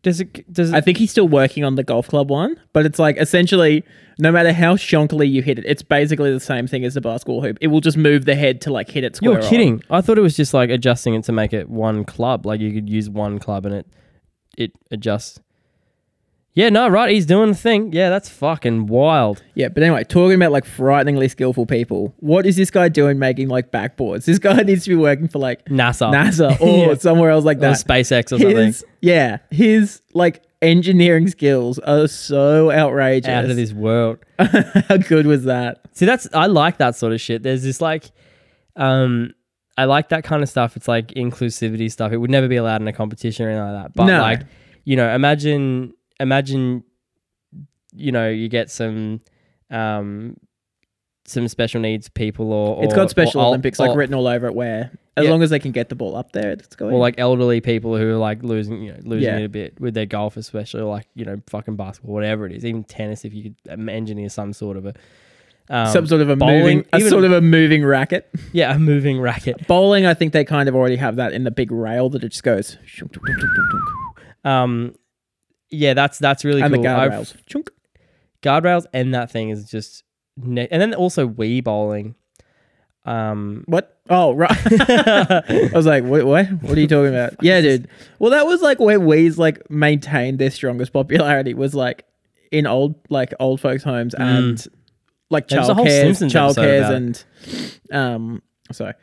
Does it does it? I think he's still working on the golf club one, but it's like essentially, no matter how shonkily you hit it, it's basically the same thing as the basketball hoop. It will just move the head to like hit it square. you're on. kidding. I thought it was just like adjusting it to make it one club. Like you could use one club, and it it adjusts. Yeah, no, right. He's doing the thing. Yeah, that's fucking wild. Yeah, but anyway, talking about like frighteningly skillful people, what is this guy doing making like backboards? This guy needs to be working for like NASA, NASA or Yeah. somewhere else like or that. SpaceX or something. His, yeah, his like engineering skills are so outrageous. Out of this world. how good was that? See, that's I like that sort of shit. There's this like, um, I like that kind of stuff. It's like inclusivity stuff. It would never be allowed in a competition or anything like that. But No. like, you know, imagine, imagine, you know, you get some, um, some special needs people or, or It's got or Special al- Olympics like or- written all over it where as Yeah. long as they can get the ball up there, it's going. or like elderly people who are like losing, you know, losing Yeah. it a bit with their golf, especially or like you know, fucking basketball, whatever it is, even tennis. If you could um, engineer some sort of a, um, some sort of a bowling, moving, a even- sort of a moving racket. yeah, a moving racket. Bowling, I think they kind of already have that in the big rail that it just goes shunk, tunk, tunk, tunk, tunk, tunk, Um, yeah, that's that's really and cool. the I've- guardrails. Chunk. guardrails, and that thing is just, ne- and then also wee bowling. Um, What? Oh, right. I was like, what, what? What are you talking about? yeah, dude. Well, that was like where Wii's like maintained their strongest popularity was like in old like old folks' homes and like Mm. There was a child whole cares, Simpsons child episode cares, about and um, sorry,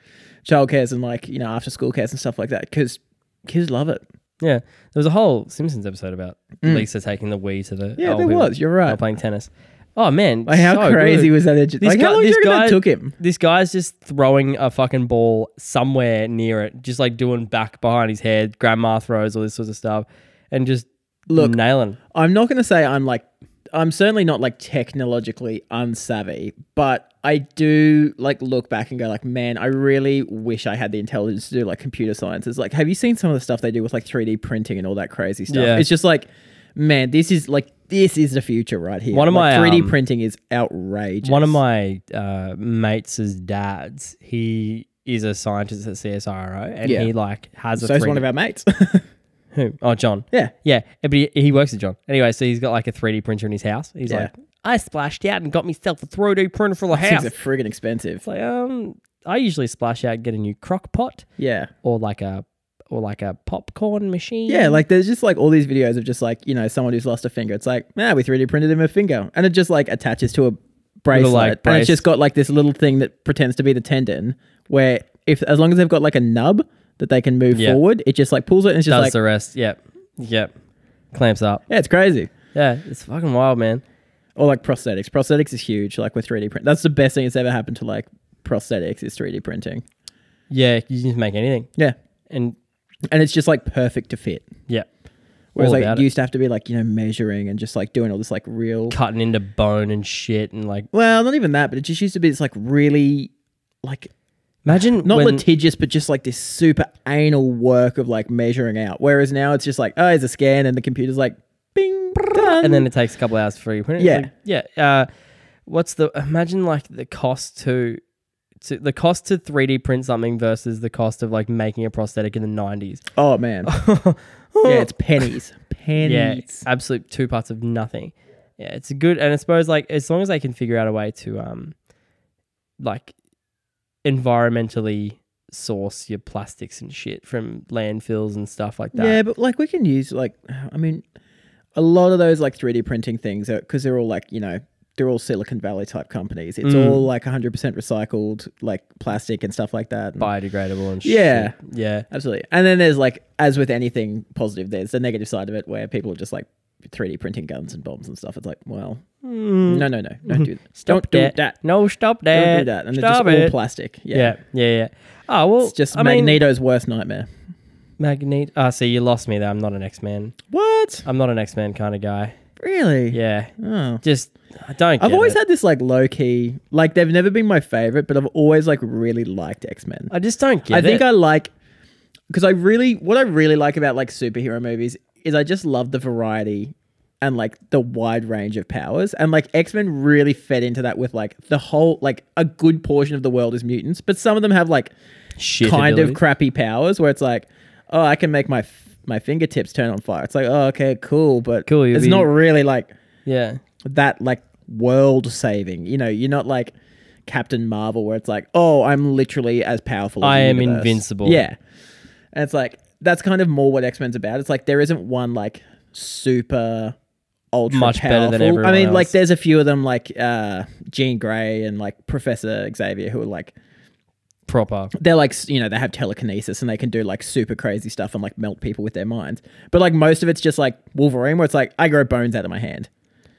child cares and like you know after school cares and stuff like that because kids love it. yeah, there was a whole Simpsons episode about Lisa taking the wee to the Mm. Yeah, old there people was. You're while right. playing tennis. Oh man, Like how so crazy good. was that? Edu- This like guy- how long do you this reckon guy- that took him? This guy's just throwing a fucking ball somewhere near it, just like doing back behind his head, grandma throws all this sorts of stuff, and just Look, nailing. I'm not going to say I'm like I'm certainly not like technologically unsavvy, but I do like look back and go like, man, I really wish I had the intelligence to do like computer sciences. Like, have you seen some of the stuff they do with like 3D printing and all that crazy stuff? Yeah. It's just like, man, this is like this is the future right here. One of Like, my, 3D um, printing is outrageous. One of my uh, mates' dads, he is a scientist at CSIRO, and Yeah. he like has a so it's 3D one of our mates. Who? Oh, John. Yeah. Yeah, but he, he works at John. Anyway, so he's got like a 3D printer in his house. He's Yeah. like, I splashed out and got myself a 3D printer for the house. Things are friggin' expensive. It's like, um, I usually splash out and get a new crock pot Yeah. or like a or like a popcorn machine. Yeah, like there's just like all these videos of just like, you know, someone who's lost a finger. It's like, nah, we 3D printed him a finger. And it just like attaches to a bracelet. like, and brace. it's just got like this little thing that pretends to be the tendon where if as long as they've got like a nub that they can move Yeah. forward, it just like pulls it and it's just does like the rest. Yep, yep. Clamps up. Yeah, it's crazy. Yeah, it's fucking wild, man. Or like prosthetics. Prosthetics is huge, like with 3D print. That's the best thing that's ever happened to like prosthetics is 3D printing. Yeah, you can just make anything, Yeah. and And it's just like perfect to fit. yeah, Whereas All like about it it. used to have to be like, you know, measuring and just like doing all this like real cutting into bone and shit, and like Well, not even that, but it just used to be this like really like imagine not when, litigious, but just like this super anal work of like measuring out. Whereas now it's just like, oh, it's a scan and the computer's like bing done. and then it takes a couple hours for you. to print it. It's like, yeah. Uh, what's the imagine like the cost to, to the cost to three D print something versus the cost of like making a prosthetic in the nineties? Oh man. yeah, it's pennies. yeah, Pennies. absolute two parts of nothing. Yeah, it's a good, and I suppose like as long as they can figure out a way to um, like environmentally source your plastics and shit from landfills and stuff like Yeah, that. but like we can use like I mean a lot of those like 3D printing things because they're all like, you know, they're all Silicon Valley type companies. It's Mm. all like 100% recycled, like plastic and stuff like that. And- Biodegradable and shit. Yeah. Yeah. Absolutely. And then there's like, as with anything positive, there's the negative side of it where people are just like 3D printing guns and bombs and stuff. It's like, well, Mm. no, no, no, don't do that. Don't Stop do that. that. No, stop that. Don't do that. And stop it's just all it. plastic. Yeah. yeah. yeah, yeah, Oh well, It's just I mean, Magneto's worst nightmare. Magneto. Ah, see, you lost me there. I'm not an X Man. What? I'm not an X Man kind of guy. Really? Yeah, Oh. just I don't. I've get always it. had this like low key, like they've never been my favorite, but I've always like really liked X Men. I just don't get I think it. I like because I really what I really like about like superhero movies is I just love the variety and like the wide range of powers and like X-Men really fed into that with like the whole like a good portion of the world is mutants but some of them have like Shit kind ability. of crappy powers where it's like oh I can make my f- my fingertips turn on fire it's like oh okay cool but Cool, you'll it's be- not really like yeah. that like world saving you know you're not like Captain Marvel where it's like oh I'm literally as powerful as I the am universe. invincible. yeah and it's like that's kind of more what X-Men's about it's like there isn't one like super ultra Much better than powerful- I mean everyone like else. there's a few of them like uh Jean Grey and like Professor Xavier who are like proper. they're like s- you know they have telekinesis and they can do like super crazy stuff and like melt people with their minds but like most of it's just like Wolverine where it's like I grow bones out of my hand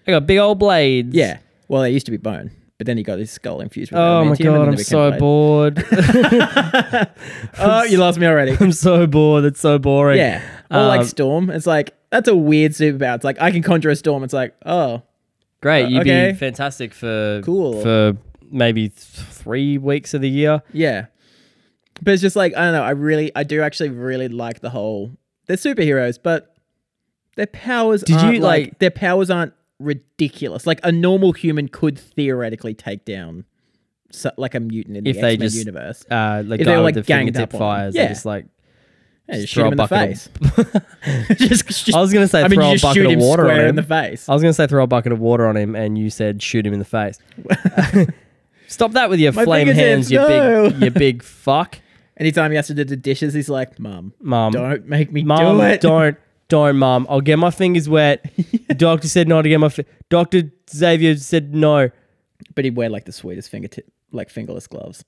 I got big old blades. yeah. Well, they used to be bone, but then he got his skull infused with Oh my adamantium and god, then I'm became so blade. bored. Oh, you lost me already. I'm so bored. It's so boring. yeah. Or Uh, like storm. It's like that's a weird superpower. It's like I can conjure a storm. It's like oh Great. You'd okay. be fantastic for Cool. for maybe th- three weeks of the year. yeah. But it's just like I don't know. I really, I do actually really like the whole. They're superheroes, but their powers. Did you, aren't, like- their powers aren't ridiculous? Like a normal human could theoretically take down, so, like a mutant in the If X they Men just- universe. Uh, the If guy they were, with like, the ganged up fingertip on fires. him. Yeah. Yeah. Just like Yeah, just shoot throw him a in the bucket face. just, just- I was gonna say I mean, throw you a just bucket shoot of him water on square him. in the face. I was gonna say throw a bucket of water on him, and you said shoot him in the face. Stop that with your My flame hands, fingertips, you no. big, you big fuck, Anytime he has to do the dishes, he's like, "Mom, mom. don't make me Mom, do it." not don't, mom. I'll get my fingers wet. Doctor said not to get my. Fi- Doctor Xavier said no. But he'd wear like the sweetest fingertip, like fingerless gloves.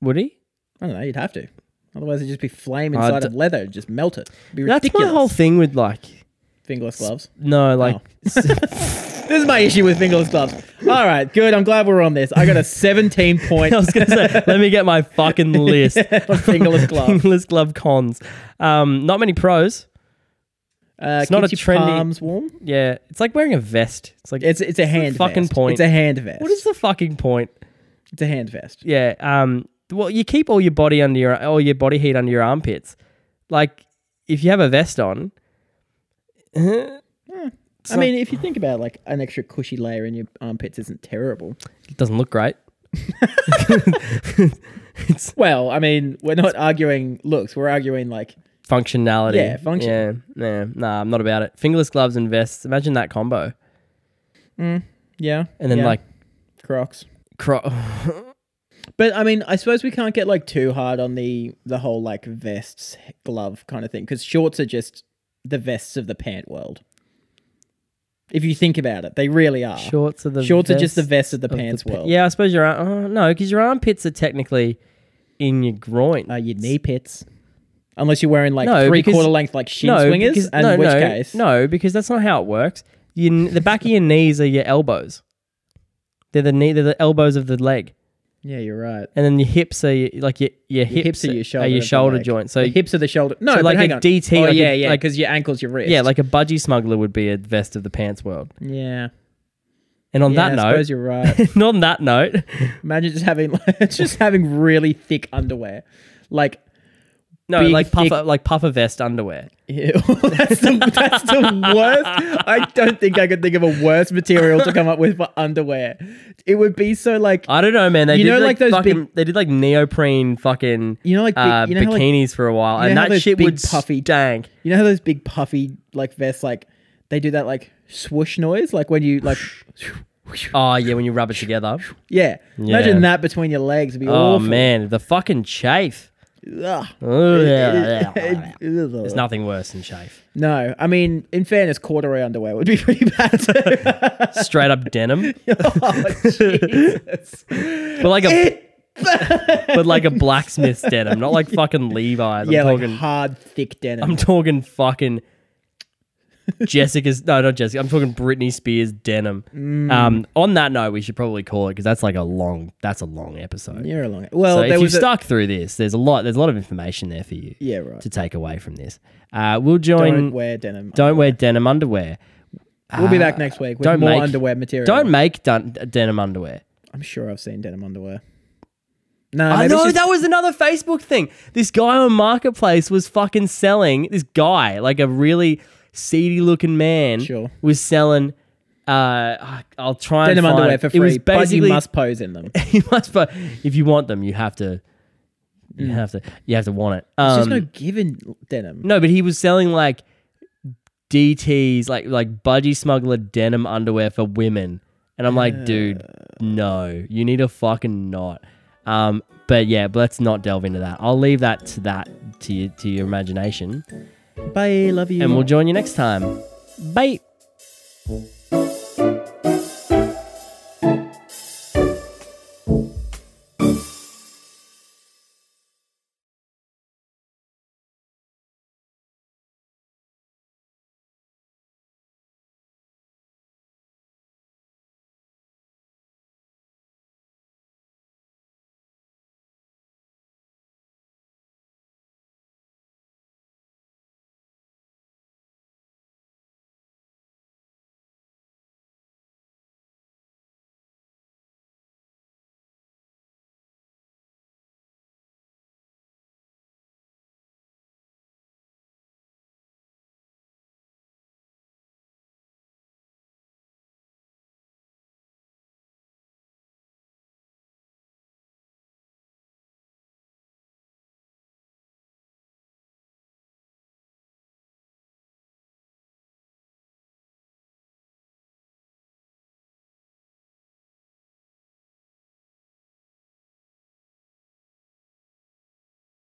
Would he? I don't know. You'd have to. Otherwise, it'd just be flame I inside d- of leather. It'd just melt it. It'd be That's ridiculous. my whole thing with like. fingerless gloves. No, like. Oh. This is my issue with fingerless gloves. All right, good. I'm glad we're on this. I got a 17 point I was gonna say, let me get my fucking list. on fingerless glove. Fingerless glove cons. Um, not many pros. Uh, It's not keeps a your trendy- palms warm. Yeah, it's like wearing a vest. It's like It's it's a hand fucking vest. point? It's a hand vest. What is the fucking point? It's a hand vest. Yeah. Um. Well, you keep all your body under your all your body heat under your armpits. Like, if you have a vest on, I mean, if you think about it, like an extra cushy layer in your armpits isn't terrible. it doesn't look great. Well, I mean, we're not arguing looks. We're arguing like functionality. Yeah, function. Yeah, yeah. Nah, I'm not about it. Fingerless gloves and vests. Imagine that combo. Mm, yeah. And then yeah. like Crocs. cro- But I mean, I suppose we can't get like too hard on the the whole like vests, glove kind of thing because shorts are just the vests of the pant world. If you think about it, they really are. shorts are the Shorts are just the vest vests of the of the pants pa- world. Yeah, I suppose your arm. Oh, no, because your armpits are technically in your groin. uh, your knee pits, unless you're wearing like No, three because- quarter length like shin no, swingers, because, and no, in which no, case, no, because that's not how it works. Your, kn- the back of your knees are your elbows. They're the knee. They're the elbows of the leg, yeah, you're right. and then your hips are your, like your your hips, Your hips are your shoulder, are your of the shoulder leg. joints. So The hips are the shoulder. No, so but like a hang on. DT, Oh like a- yeah, yeah, like- because your ankle's your wrist. yeah, like a budgie smuggler would be a vest of the pants world. yeah. And on Yeah, that I suppose note, you're right. and on that note, Imagine just having like, just having really thick underwear, like no, Big, like puffer, thick- like puffer vest underwear. ew. that's the that's the worst. I don't think I could think of a worse material to come up with for underwear. It would be so like I don't know, man. They You did know, like, like those fucking, they did like neoprene fucking you know like big, uh, you know how, like, bikinis for a while, you and know how that those shit big would puffy puffy- dank. you know how those big puffy like vests like they do that like swoosh noise like when you like Oh yeah, when you rub it together. yeah. Yeah. Imagine that between your legs would be Oh awful. man, the fucking chafe. Ugh. Oh, yeah, yeah. There's There's nothing worse than chafe. no, I mean, in fairness, corduroy underwear would be pretty bad. too. Straight up denim, oh, Jesus. Eh, but like a but like a blacksmith's denim, not like fucking Levi's. I'm yeah, like talking, hard, thick denim. I'm talking fucking Jessica's. No, not Jessica. I'm talking Britney Spears denim. Mm. Um, on that note, we should probably call it because that's like a long. That's a long episode. You're along it. Well, So there if you've was a, stuck through this, there's a lot. There's a lot of information there for you. Yeah, right. To take away from this, uh, we'll join. don't wear denim. Don't wear denim underwear. we'll be back next week with don't more make- underwear material. Don't make dun- denim underwear. I'm sure I've seen denim underwear. No, Oh, I maybe it's know just- that was another Facebook thing. This guy on Marketplace was fucking selling. This guy, like a really seedy looking man, Sure. was selling. Uh, I'll try and denim find- underwear for It was free, but you basically must pose in them. It's you must buy- if you want them, you have to. You have to. You have to want it. Um, Hmm. just no given denim. No, but he was selling like DTs, like like budgie smuggler denim underwear for women, and I'm like, dude, no, you need to fucking not. Um, but yeah, but let's not delve into that. I'll leave that to that to your, to your imagination, Bye, love you. and we'll join you next time. Bye.